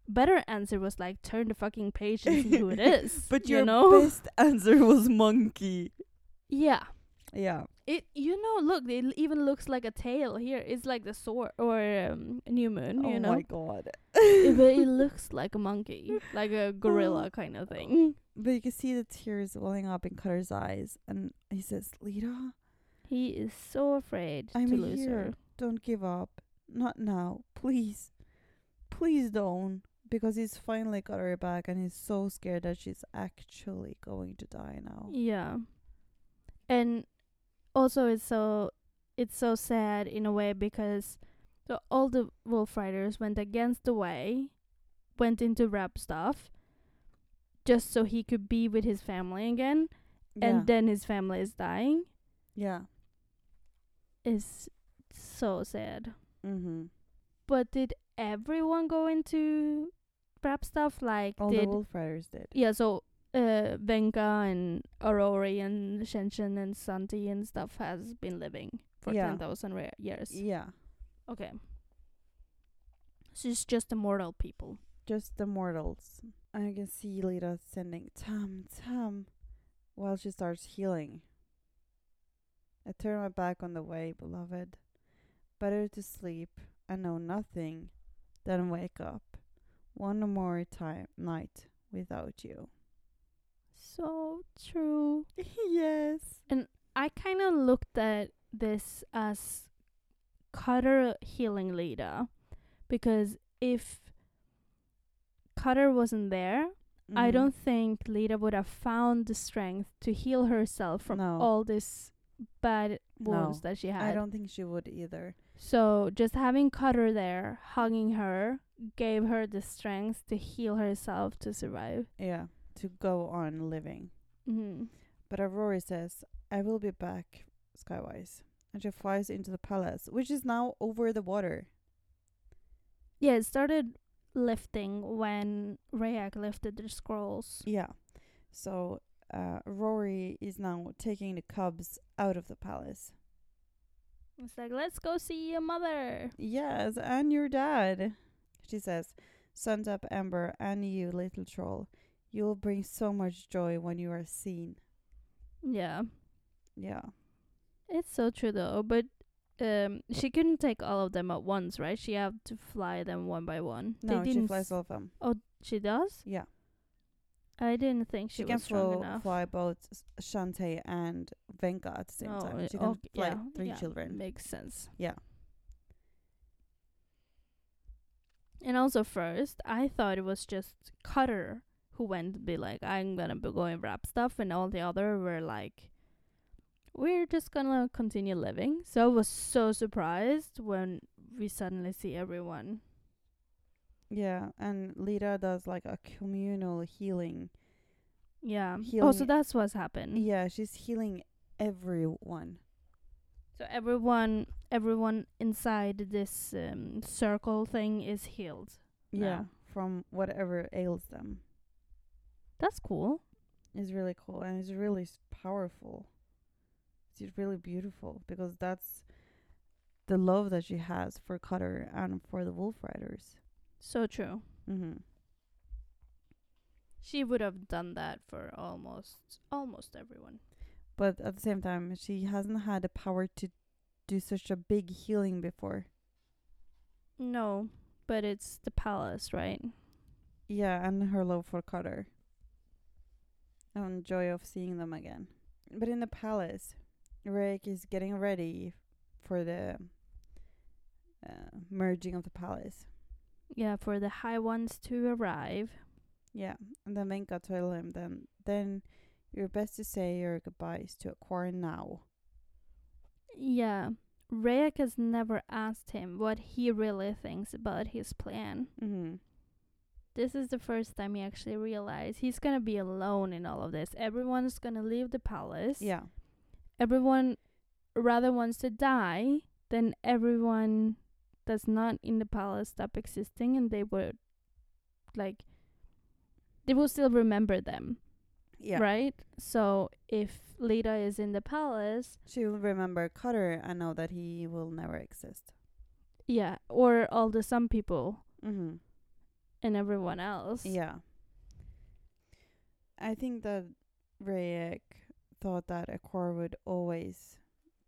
[SPEAKER 2] Better answer was like, turn the fucking page and see who it is.
[SPEAKER 1] But
[SPEAKER 2] you
[SPEAKER 1] your
[SPEAKER 2] know,
[SPEAKER 1] best answer was monkey.
[SPEAKER 2] yeah.
[SPEAKER 1] Yeah.
[SPEAKER 2] It you know look it l- even looks like a tail here. It's like the sword or um, new moon.
[SPEAKER 1] oh
[SPEAKER 2] you know,
[SPEAKER 1] my god.
[SPEAKER 2] It- but it looks like a monkey, like a gorilla kind of thing.
[SPEAKER 1] But you can see the tears welling up in Cutter's eyes, and he says, "Lita,
[SPEAKER 2] He is so afraid
[SPEAKER 1] I'm
[SPEAKER 2] to lose
[SPEAKER 1] here.
[SPEAKER 2] her.
[SPEAKER 1] don't give up. Not now, please, please don't." Because he's finally got her back, and he's so scared that she's actually going to die now.
[SPEAKER 2] Yeah, and also it's so it's so sad in a way because the, all the wolf riders went against the way, went into rap stuff, just so he could be with his family again,
[SPEAKER 1] yeah.
[SPEAKER 2] and then his family is dying.
[SPEAKER 1] yeah.
[SPEAKER 2] is so sad.
[SPEAKER 1] Mm-hmm.
[SPEAKER 2] But did everyone go into rap stuff? Like
[SPEAKER 1] All the
[SPEAKER 2] did
[SPEAKER 1] Wolf Riders did.
[SPEAKER 2] yeah? So uh, Venka and Aurori and Shenshin and Santi and stuff has been living for
[SPEAKER 1] Yeah.
[SPEAKER 2] ten thousand ra- years.
[SPEAKER 1] Yeah,
[SPEAKER 2] Okay. So it's just immortal people.
[SPEAKER 1] just the mortals. And I can see Lita sending Tom, Tom, while she starts healing. I turn my back on the way, beloved. Better to sleep and know nothing than wake up one more time night without you.
[SPEAKER 2] So true.
[SPEAKER 1] yes.
[SPEAKER 2] I kind of looked at this as Cutter healing Lita because if Cutter wasn't there, I
[SPEAKER 1] Mhm.
[SPEAKER 2] don't think Lita would have found the strength to heal herself from
[SPEAKER 1] No.
[SPEAKER 2] all this bad wounds
[SPEAKER 1] No,
[SPEAKER 2] that she
[SPEAKER 1] I
[SPEAKER 2] had.
[SPEAKER 1] don't think she would either.
[SPEAKER 2] so just having Cutter there, hugging her, gave her the strength to heal herself to survive.
[SPEAKER 1] Yeah, to go on living.
[SPEAKER 2] Mm-hmm.
[SPEAKER 1] But Aurora says, I will be back, Skywise. And she flies into the palace, which is now over the water.
[SPEAKER 2] Yeah, it started lifting when Rayak lifted the scrolls.
[SPEAKER 1] Yeah. So uh, Rory is now taking the cubs out of the palace.
[SPEAKER 2] It's like, let's go see your mother.
[SPEAKER 1] Yes, and your dad. She says, Suns up Ember and you, little troll. You will bring so much joy when you are seen.
[SPEAKER 2] Yeah.
[SPEAKER 1] Yeah.
[SPEAKER 2] It's so true though, but um she couldn't take all of them at once, right? She had to fly them one by one.
[SPEAKER 1] No, she
[SPEAKER 2] s-
[SPEAKER 1] flies um, all of them.
[SPEAKER 2] Oh, she does?
[SPEAKER 1] Yeah.
[SPEAKER 2] I didn't think she,
[SPEAKER 1] She, can
[SPEAKER 2] was strong
[SPEAKER 1] flo-
[SPEAKER 2] enough.
[SPEAKER 1] fly both S- Shantae and Venka at the same
[SPEAKER 2] Oh,
[SPEAKER 1] time.
[SPEAKER 2] uh,
[SPEAKER 1] She can
[SPEAKER 2] ok-
[SPEAKER 1] fly
[SPEAKER 2] yeah,
[SPEAKER 1] three
[SPEAKER 2] yeah,
[SPEAKER 1] children.
[SPEAKER 2] Makes sense.
[SPEAKER 1] Yeah.
[SPEAKER 2] And also, first, I thought it was just Cutter who went to be like, I'm gonna be going wrap stuff, and all the other were like, we're just gonna continue living. So I was so surprised when we suddenly see everyone.
[SPEAKER 1] Yeah, and Lita does like a communal healing.
[SPEAKER 2] Yeah. Oh,
[SPEAKER 1] Healing-
[SPEAKER 2] so that's what's happened.
[SPEAKER 1] Yeah, she's healing everyone.
[SPEAKER 2] So everyone, everyone inside this um, circle thing is healed.
[SPEAKER 1] Yeah,
[SPEAKER 2] Wow.
[SPEAKER 1] uh, from whatever ails them.
[SPEAKER 2] That's cool.
[SPEAKER 1] It's really cool and it's really s- powerful. It's really beautiful because that's the love that she has for Cutter and for the Wolf Riders.
[SPEAKER 2] So true.
[SPEAKER 1] Mm-hmm.
[SPEAKER 2] She would have done that for almost almost everyone.
[SPEAKER 1] But at the same time, she hasn't had the power to do such a big healing before.
[SPEAKER 2] No, but it's the palace, right?
[SPEAKER 1] Yeah, and her love for Carter. And joy of seeing them again. But in the palace, Rick is getting ready for the uh, merging of the palace.
[SPEAKER 2] Yeah, for the high ones to arrive.
[SPEAKER 1] Yeah, and then Venka told him then then you're best to say your goodbyes to Aquar now.
[SPEAKER 2] Yeah. Rayek has never asked him what he really thinks about his plan.
[SPEAKER 1] Mm-hmm.
[SPEAKER 2] This is the first time he actually realized he's gonna be alone in all of this. Everyone's gonna leave the palace.
[SPEAKER 1] Yeah,
[SPEAKER 2] Everyone rather wants to die than everyone that's not in the palace stop existing and they would like they will still remember them.
[SPEAKER 1] yeah.
[SPEAKER 2] Right? So if Lita is in the palace,
[SPEAKER 1] She'll remember Carter and know that he will never exist.
[SPEAKER 2] yeah, or all the some people
[SPEAKER 1] Mm-hmm.
[SPEAKER 2] and everyone else.
[SPEAKER 1] Yeah. I think that Rayek thought that Akor would always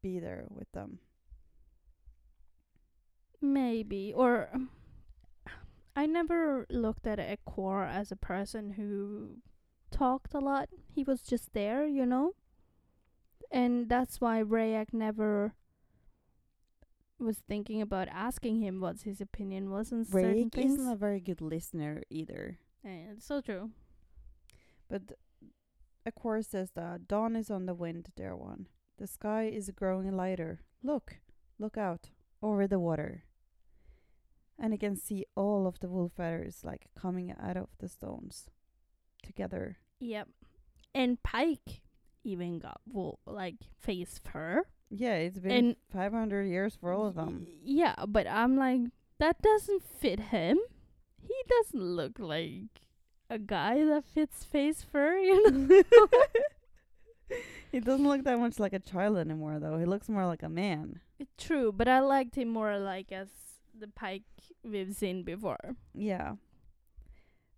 [SPEAKER 1] be there with them.
[SPEAKER 2] Maybe. Or I never looked at Ekor as a person who talked a lot. He was just there, you know? And that's why Rayak never was thinking about asking him what his opinion was on certain
[SPEAKER 1] Rayek
[SPEAKER 2] things.
[SPEAKER 1] isn't a very good listener either.
[SPEAKER 2] Eh, it's so true.
[SPEAKER 1] But Akor says that dawn is on the wind, dear one. The sky is growing lighter. Look, look out over the water. And you can see all of the wolf feathers like coming out of the stones together.
[SPEAKER 2] Yep. And Pike even got well, like face fur.
[SPEAKER 1] Yeah, it's been
[SPEAKER 2] And-
[SPEAKER 1] 500 years for all of them.
[SPEAKER 2] Y- Yeah, but I'm like, that doesn't fit him. He doesn't look like a guy that fits face fur, you know?
[SPEAKER 1] He doesn't look that much like a child anymore, though. He looks more like a man.
[SPEAKER 2] True, but I liked him more like as the Pike we've seen before.
[SPEAKER 1] Yeah.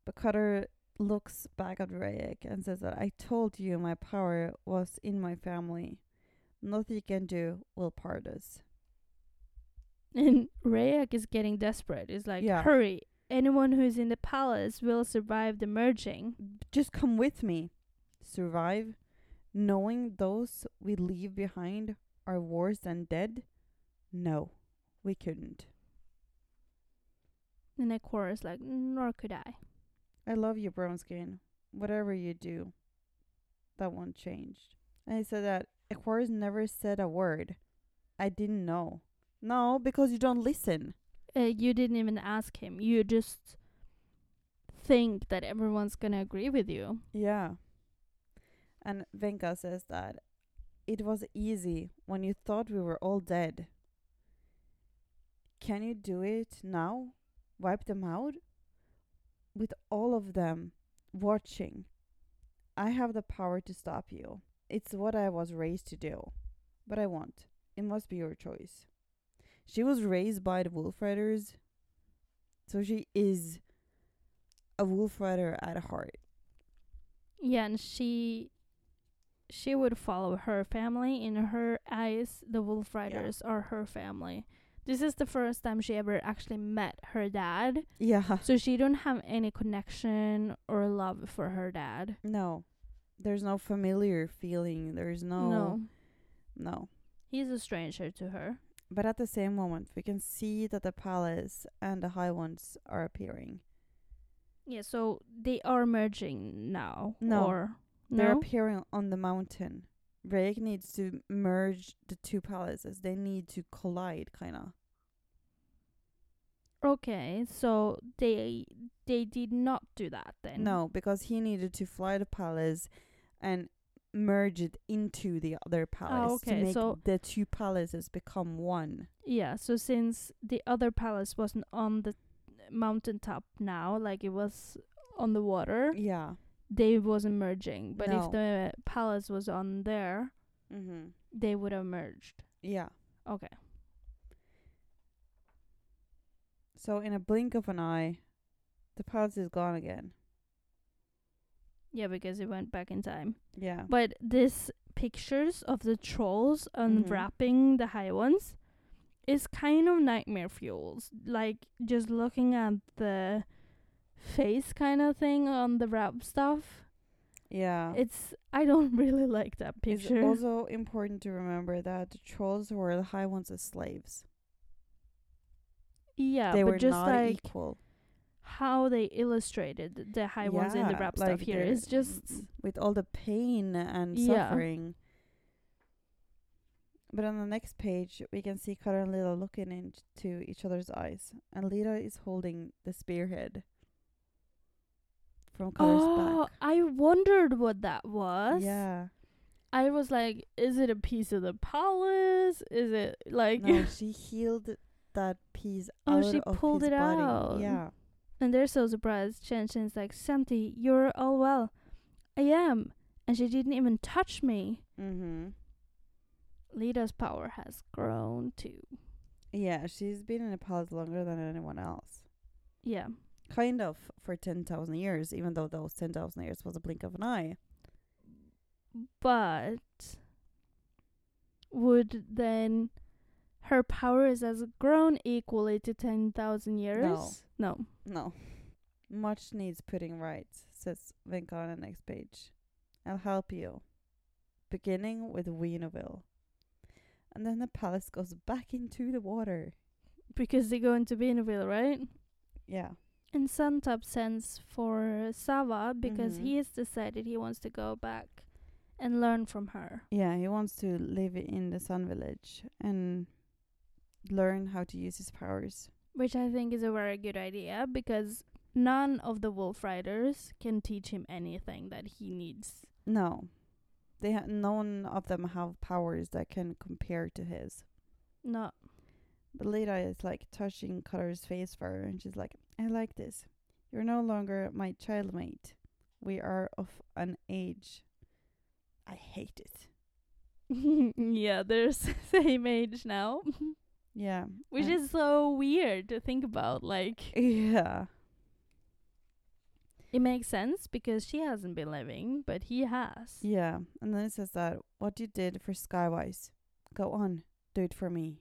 [SPEAKER 1] But Cutter looks back at Rayek and says that I told you my power was in my family. Nothing you can do will part us.
[SPEAKER 2] And Rayak is getting desperate. He's like,
[SPEAKER 1] Yeah.
[SPEAKER 2] hurry. Anyone who is in the palace will survive the merging.
[SPEAKER 1] Just come with me. Survive. Knowing those we leave behind are worse than dead? No, we couldn't.
[SPEAKER 2] And Ekor is like, nor could I.
[SPEAKER 1] I love you, brown skin. Whatever you do, that won't change. And he said that Aquarius never said a word. I didn't know. No, because you don't listen.
[SPEAKER 2] Uh, you didn't even ask him. You just think that everyone's going to agree with you.
[SPEAKER 1] Yeah. And Venka says that it was easy when you thought we were all dead. Can you do it now? Wipe them out? With all of them watching, I have the power to stop you. It's what I was raised to do, but I won't. It must be your choice. She was raised by the Wolf Riders, so she is a Wolf Rider at heart.
[SPEAKER 2] Yeah, and she she would follow her family. In her eyes, the Wolf Riders are her family. This is the first time she ever actually met her dad.
[SPEAKER 1] Yeah.
[SPEAKER 2] So she don't have any connection or love for her dad.
[SPEAKER 1] No. There's no familiar feeling. There's no
[SPEAKER 2] No.
[SPEAKER 1] no.
[SPEAKER 2] He's a stranger to her.
[SPEAKER 1] But at the same moment, we can see that the palace and the high ones are appearing.
[SPEAKER 2] Yeah, so they are merging now.
[SPEAKER 1] No.
[SPEAKER 2] Or
[SPEAKER 1] They're
[SPEAKER 2] no?
[SPEAKER 1] appearing on the mountain. Rake needs to merge the two palaces. They need to collide, kind of.
[SPEAKER 2] Okay, so they they did not do that then.
[SPEAKER 1] No, because he needed to fly the palace and merge it into the other palace
[SPEAKER 2] okay,
[SPEAKER 1] to make
[SPEAKER 2] so-
[SPEAKER 1] the two palaces become one.
[SPEAKER 2] Yeah, so since the other palace wasn't on the mountaintop now, like it was on the water,
[SPEAKER 1] Yeah.
[SPEAKER 2] they wasn't merging. But
[SPEAKER 1] No.
[SPEAKER 2] if the palace was on there,
[SPEAKER 1] Mm-hmm.
[SPEAKER 2] they would have merged.
[SPEAKER 1] Yeah.
[SPEAKER 2] Okay.
[SPEAKER 1] So in a blink of an eye, the palace is gone again.
[SPEAKER 2] Yeah, because it went back in time.
[SPEAKER 1] Yeah.
[SPEAKER 2] But this pictures of the trolls unwrapping the high ones is kind of nightmare fuels. Like just looking at the face kind of thing on the wrap stuff.
[SPEAKER 1] Yeah.
[SPEAKER 2] It's I don't really like that
[SPEAKER 1] It's
[SPEAKER 2] picture.
[SPEAKER 1] also important to remember that the trolls were the high ones as slaves.
[SPEAKER 2] yeah,
[SPEAKER 1] they
[SPEAKER 2] but
[SPEAKER 1] were
[SPEAKER 2] just
[SPEAKER 1] not
[SPEAKER 2] like
[SPEAKER 1] equal
[SPEAKER 2] how they illustrated the high ones in the
[SPEAKER 1] Yeah,
[SPEAKER 2] wrap
[SPEAKER 1] like
[SPEAKER 2] stuff here
[SPEAKER 1] they're-
[SPEAKER 2] is just
[SPEAKER 1] with all the pain and
[SPEAKER 2] Yeah.
[SPEAKER 1] suffering. But on the next page, we can see Kara and Lila looking into each other's eyes, and Lila is holding the spearhead from Kara's
[SPEAKER 2] Oh, I wondered what that
[SPEAKER 1] back.
[SPEAKER 2] was.
[SPEAKER 1] Yeah,
[SPEAKER 2] I was like, is it a piece of the palace? Is it like
[SPEAKER 1] no, she healed that piece
[SPEAKER 2] Oh,
[SPEAKER 1] out
[SPEAKER 2] she
[SPEAKER 1] of
[SPEAKER 2] pulled
[SPEAKER 1] his
[SPEAKER 2] it
[SPEAKER 1] body.
[SPEAKER 2] out.
[SPEAKER 1] Yeah,
[SPEAKER 2] And they're so surprised. Shen Shen's like, Santi, you're all well. I am. And she didn't even touch me.
[SPEAKER 1] mm-hmm.
[SPEAKER 2] Lita's power has grown too.
[SPEAKER 1] yeah, she's been in the palace longer than anyone else.
[SPEAKER 2] Yeah.
[SPEAKER 1] kind of for 10,000 years, even though those 10,000 years was a blink of an eye.
[SPEAKER 2] But would then her powers has grown equally to 10,000 years? No.
[SPEAKER 1] No. Much needs putting right, says Venka on the next page. I'll help you. Beginning with Wienerville. And then the palace goes back into the water.
[SPEAKER 2] Because they go into Beanville, right?
[SPEAKER 1] Yeah.
[SPEAKER 2] And Santop sends for Sava because
[SPEAKER 1] Mhm.
[SPEAKER 2] he has decided he wants to go back and learn from her.
[SPEAKER 1] Yeah, he wants to live in the sun village and learn how to use his powers.
[SPEAKER 2] Which I think is a very good idea because none of the Wolf Riders can teach him anything that he needs.
[SPEAKER 1] No. They ha- none of them have powers that can compare to his.
[SPEAKER 2] No.
[SPEAKER 1] But Lita is like touching Cutter's face for her, and she's like, I like this. You're no longer my child mate. We are of an age. I hate it.
[SPEAKER 2] yeah, they're s- same age now.
[SPEAKER 1] Yeah.
[SPEAKER 2] Which
[SPEAKER 1] and-
[SPEAKER 2] is so weird to think about. Like,
[SPEAKER 1] Yeah.
[SPEAKER 2] it makes sense because she hasn't been living, but he has.
[SPEAKER 1] Yeah. And then it says that what you did for Skywise, go on, do it for me.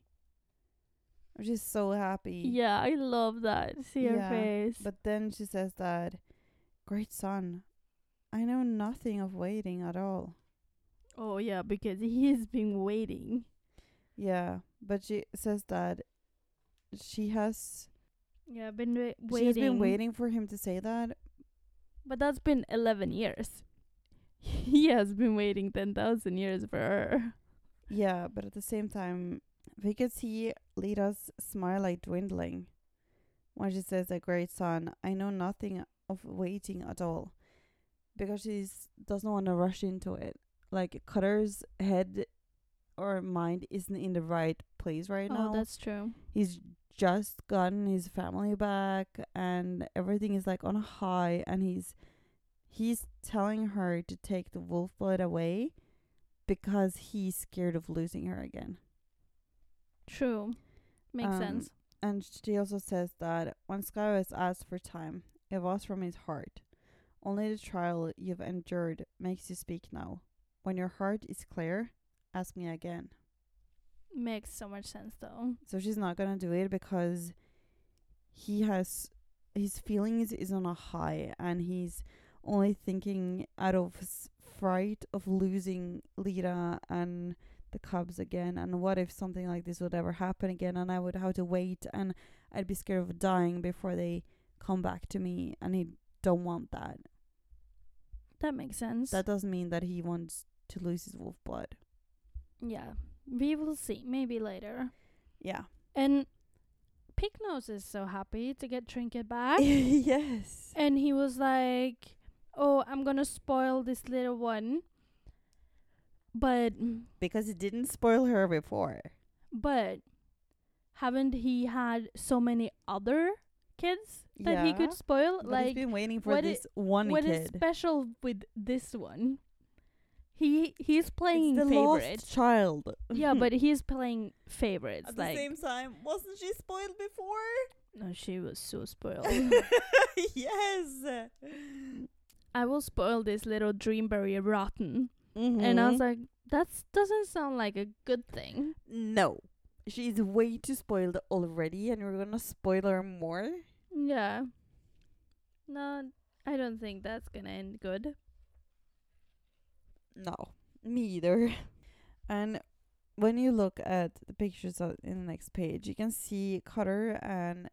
[SPEAKER 1] I'm just so happy.
[SPEAKER 2] Yeah, I love that. See her
[SPEAKER 1] Yeah,
[SPEAKER 2] face.
[SPEAKER 1] But then she says that, great son, I know nothing of waiting at all.
[SPEAKER 2] oh, yeah, because he's been waiting.
[SPEAKER 1] Yeah, but she says that she has
[SPEAKER 2] Yeah, been wa- waiting.
[SPEAKER 1] she has been waiting for him to say that.
[SPEAKER 2] But that's been 11 years. He has been waiting 10,000 years for her.
[SPEAKER 1] Yeah, but at the same time, we could see Lita's smile like dwindling when she says that great son, I know nothing of waiting at all. Because she doesn't want to rush into it. Like Cutter's head or mind isn't in the right place
[SPEAKER 2] Oh,
[SPEAKER 1] right now.
[SPEAKER 2] that's true.
[SPEAKER 1] he's just gotten his family back and everything is like on a high and he's he's telling her to take the wolf blood away because he's scared of losing her again
[SPEAKER 2] True. Makes
[SPEAKER 1] Um,
[SPEAKER 2] sense.
[SPEAKER 1] and she also says that when sky was asked for time it was from his heart only the trial you've endured makes you speak now when your heart is clear ask me again
[SPEAKER 2] Makes so much sense though.
[SPEAKER 1] So she's not gonna do it because he has his feelings is on a high and he's only thinking out of s- fright of losing Lita and the Cubs again and what if something like this would ever happen again and I would have to wait and I'd be scared of dying before they come back to me and he don't want that.
[SPEAKER 2] That makes sense.
[SPEAKER 1] That doesn't mean that he wants to lose his wolf blood.
[SPEAKER 2] yeah. We will see. Maybe later.
[SPEAKER 1] Yeah.
[SPEAKER 2] And Pig Nose is so happy to get Trinket back.
[SPEAKER 1] yes.
[SPEAKER 2] and he was like, Oh, I'm gonna spoil this little one. But
[SPEAKER 1] Because it didn't spoil her before.
[SPEAKER 2] but haven't he had so many other kids that he could
[SPEAKER 1] Yeah,
[SPEAKER 2] spoil?
[SPEAKER 1] But
[SPEAKER 2] like
[SPEAKER 1] he's been waiting for
[SPEAKER 2] what i-
[SPEAKER 1] this one
[SPEAKER 2] What is
[SPEAKER 1] kid.
[SPEAKER 2] special with this one? He he's playing
[SPEAKER 1] It's the
[SPEAKER 2] favorites.
[SPEAKER 1] lost child.
[SPEAKER 2] yeah, but he's playing favorites.
[SPEAKER 1] at
[SPEAKER 2] like
[SPEAKER 1] the same time, wasn't she spoiled before?
[SPEAKER 2] no, she was so spoiled.
[SPEAKER 1] yes.
[SPEAKER 2] I will spoil this little Dreamberry rotten, and I was
[SPEAKER 1] Mhm.
[SPEAKER 2] like, that doesn't sound like a good thing.
[SPEAKER 1] no, she's way too spoiled already, and we're gonna spoil her more.
[SPEAKER 2] Yeah. No, I don't think that's gonna end good.
[SPEAKER 1] No, me either. And when you look at the pictures o- in the next page, you can see Cutter and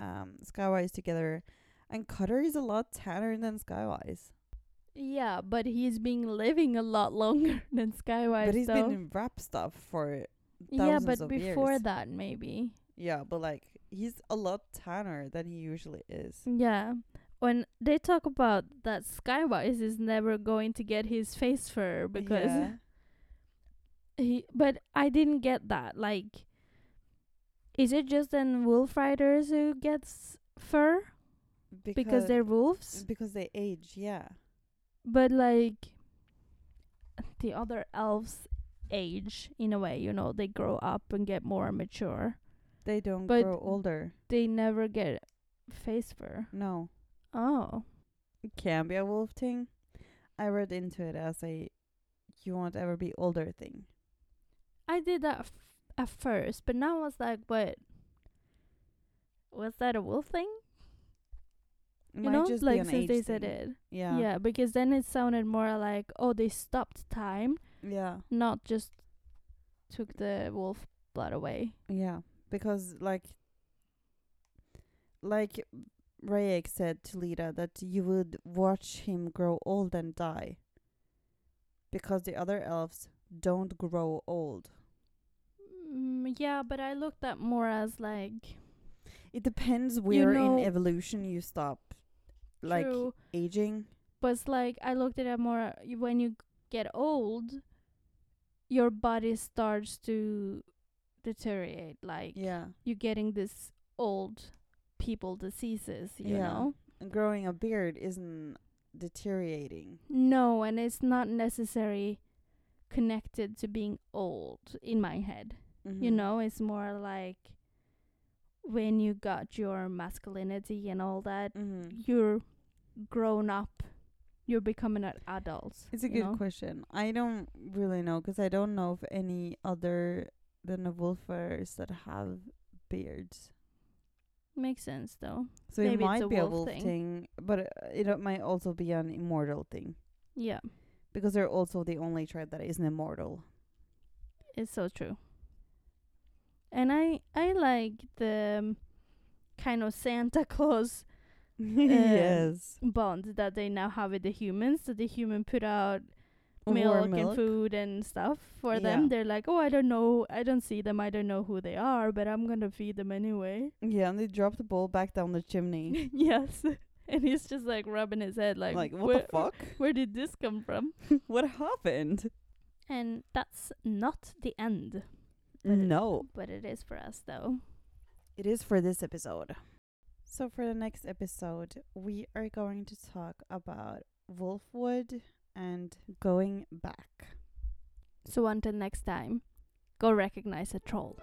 [SPEAKER 1] um, Skywise together. And Cutter is a lot tanner than Skywise.
[SPEAKER 2] Yeah, but he's been living a lot longer than Skywise.
[SPEAKER 1] But he's
[SPEAKER 2] though.
[SPEAKER 1] been in rap stuff for
[SPEAKER 2] yeah,
[SPEAKER 1] thousands
[SPEAKER 2] but
[SPEAKER 1] of
[SPEAKER 2] before
[SPEAKER 1] years.
[SPEAKER 2] that, maybe.
[SPEAKER 1] yeah, but like he's a lot tanner than he usually
[SPEAKER 2] Mm,
[SPEAKER 1] is.
[SPEAKER 2] Yeah. When they talk about that Skywise is never going to get his face fur because
[SPEAKER 1] Yeah.
[SPEAKER 2] he but I didn't get that. Like is it just then wolf riders who gets fur
[SPEAKER 1] because,
[SPEAKER 2] because, they're wolves?
[SPEAKER 1] because they age, yeah.
[SPEAKER 2] But like the other elves age in a way, you know, they grow up and get more mature.
[SPEAKER 1] They don't
[SPEAKER 2] But-
[SPEAKER 1] grow older.
[SPEAKER 2] They never get face fur.
[SPEAKER 1] No.
[SPEAKER 2] Oh.
[SPEAKER 1] It can be a wolf thing. I read into it as a you won't ever be older thing.
[SPEAKER 2] I did that f- at first, but now I was like, "What? Was that a wolf thing?"
[SPEAKER 1] It
[SPEAKER 2] you
[SPEAKER 1] might
[SPEAKER 2] know,
[SPEAKER 1] just be
[SPEAKER 2] like
[SPEAKER 1] an
[SPEAKER 2] since
[SPEAKER 1] age
[SPEAKER 2] they said
[SPEAKER 1] thing.
[SPEAKER 2] it.
[SPEAKER 1] Yeah.
[SPEAKER 2] Yeah. because then it sounded more like, "Oh, they stopped time,
[SPEAKER 1] Yeah.
[SPEAKER 2] not just took the wolf blood away."
[SPEAKER 1] Yeah. Because like like Rayek said to Lita that you would watch him grow old and die. Because the other elves don't grow old.
[SPEAKER 2] Mm, yeah, but I looked at more as like
[SPEAKER 1] It depends where
[SPEAKER 2] know-
[SPEAKER 1] in evolution you stop like
[SPEAKER 2] true,
[SPEAKER 1] aging.
[SPEAKER 2] but it's like I looked at it more y- when you get old, your body starts to deteriorate, like
[SPEAKER 1] Yeah.
[SPEAKER 2] you're getting this old people diseases, you
[SPEAKER 1] Yeah.
[SPEAKER 2] know?
[SPEAKER 1] And growing a beard isn't deteriorating.
[SPEAKER 2] No, and it's not necessarily connected to being old in my head. You
[SPEAKER 1] Mhm.
[SPEAKER 2] know, it's more like when you got your masculinity and all that,
[SPEAKER 1] Mhm.
[SPEAKER 2] you're grown up. You're becoming an adult.
[SPEAKER 1] It's a
[SPEAKER 2] you
[SPEAKER 1] good
[SPEAKER 2] know?
[SPEAKER 1] question. I don't really know 'cause I don't know of any other than the wolfers that have beards.
[SPEAKER 2] Makes sense though.
[SPEAKER 1] So
[SPEAKER 2] Maybe
[SPEAKER 1] it
[SPEAKER 2] it's
[SPEAKER 1] might
[SPEAKER 2] a
[SPEAKER 1] be a
[SPEAKER 2] wolf
[SPEAKER 1] wolf thing,
[SPEAKER 2] thing.
[SPEAKER 1] but uh, it uh, might also be an immortal thing
[SPEAKER 2] Yeah,
[SPEAKER 1] because they're also the only tribe that isn't immortal.
[SPEAKER 2] it's so true. And I I like the um, kind of Santa Claus
[SPEAKER 1] yes,
[SPEAKER 2] bond that they now have with the humans that the human put out
[SPEAKER 1] Warm
[SPEAKER 2] milk,
[SPEAKER 1] milk.
[SPEAKER 2] and food and stuff for
[SPEAKER 1] Yeah.
[SPEAKER 2] them they're like oh i don't know i don't see them i don't know who they are but i'm gonna feed them anyway
[SPEAKER 1] Yeah, and they drop the ball back down the chimney.
[SPEAKER 2] yes and he's just like rubbing his head like,
[SPEAKER 1] Like, what
[SPEAKER 2] where,
[SPEAKER 1] the fuck?
[SPEAKER 2] where did this come from
[SPEAKER 1] what happened?
[SPEAKER 2] and that's not the end But it-
[SPEAKER 1] No,
[SPEAKER 2] but it is for us though
[SPEAKER 1] it is for this episode. So for the next episode, we are going to talk about Wolfwood and going back.
[SPEAKER 2] so until next time go recognize a troll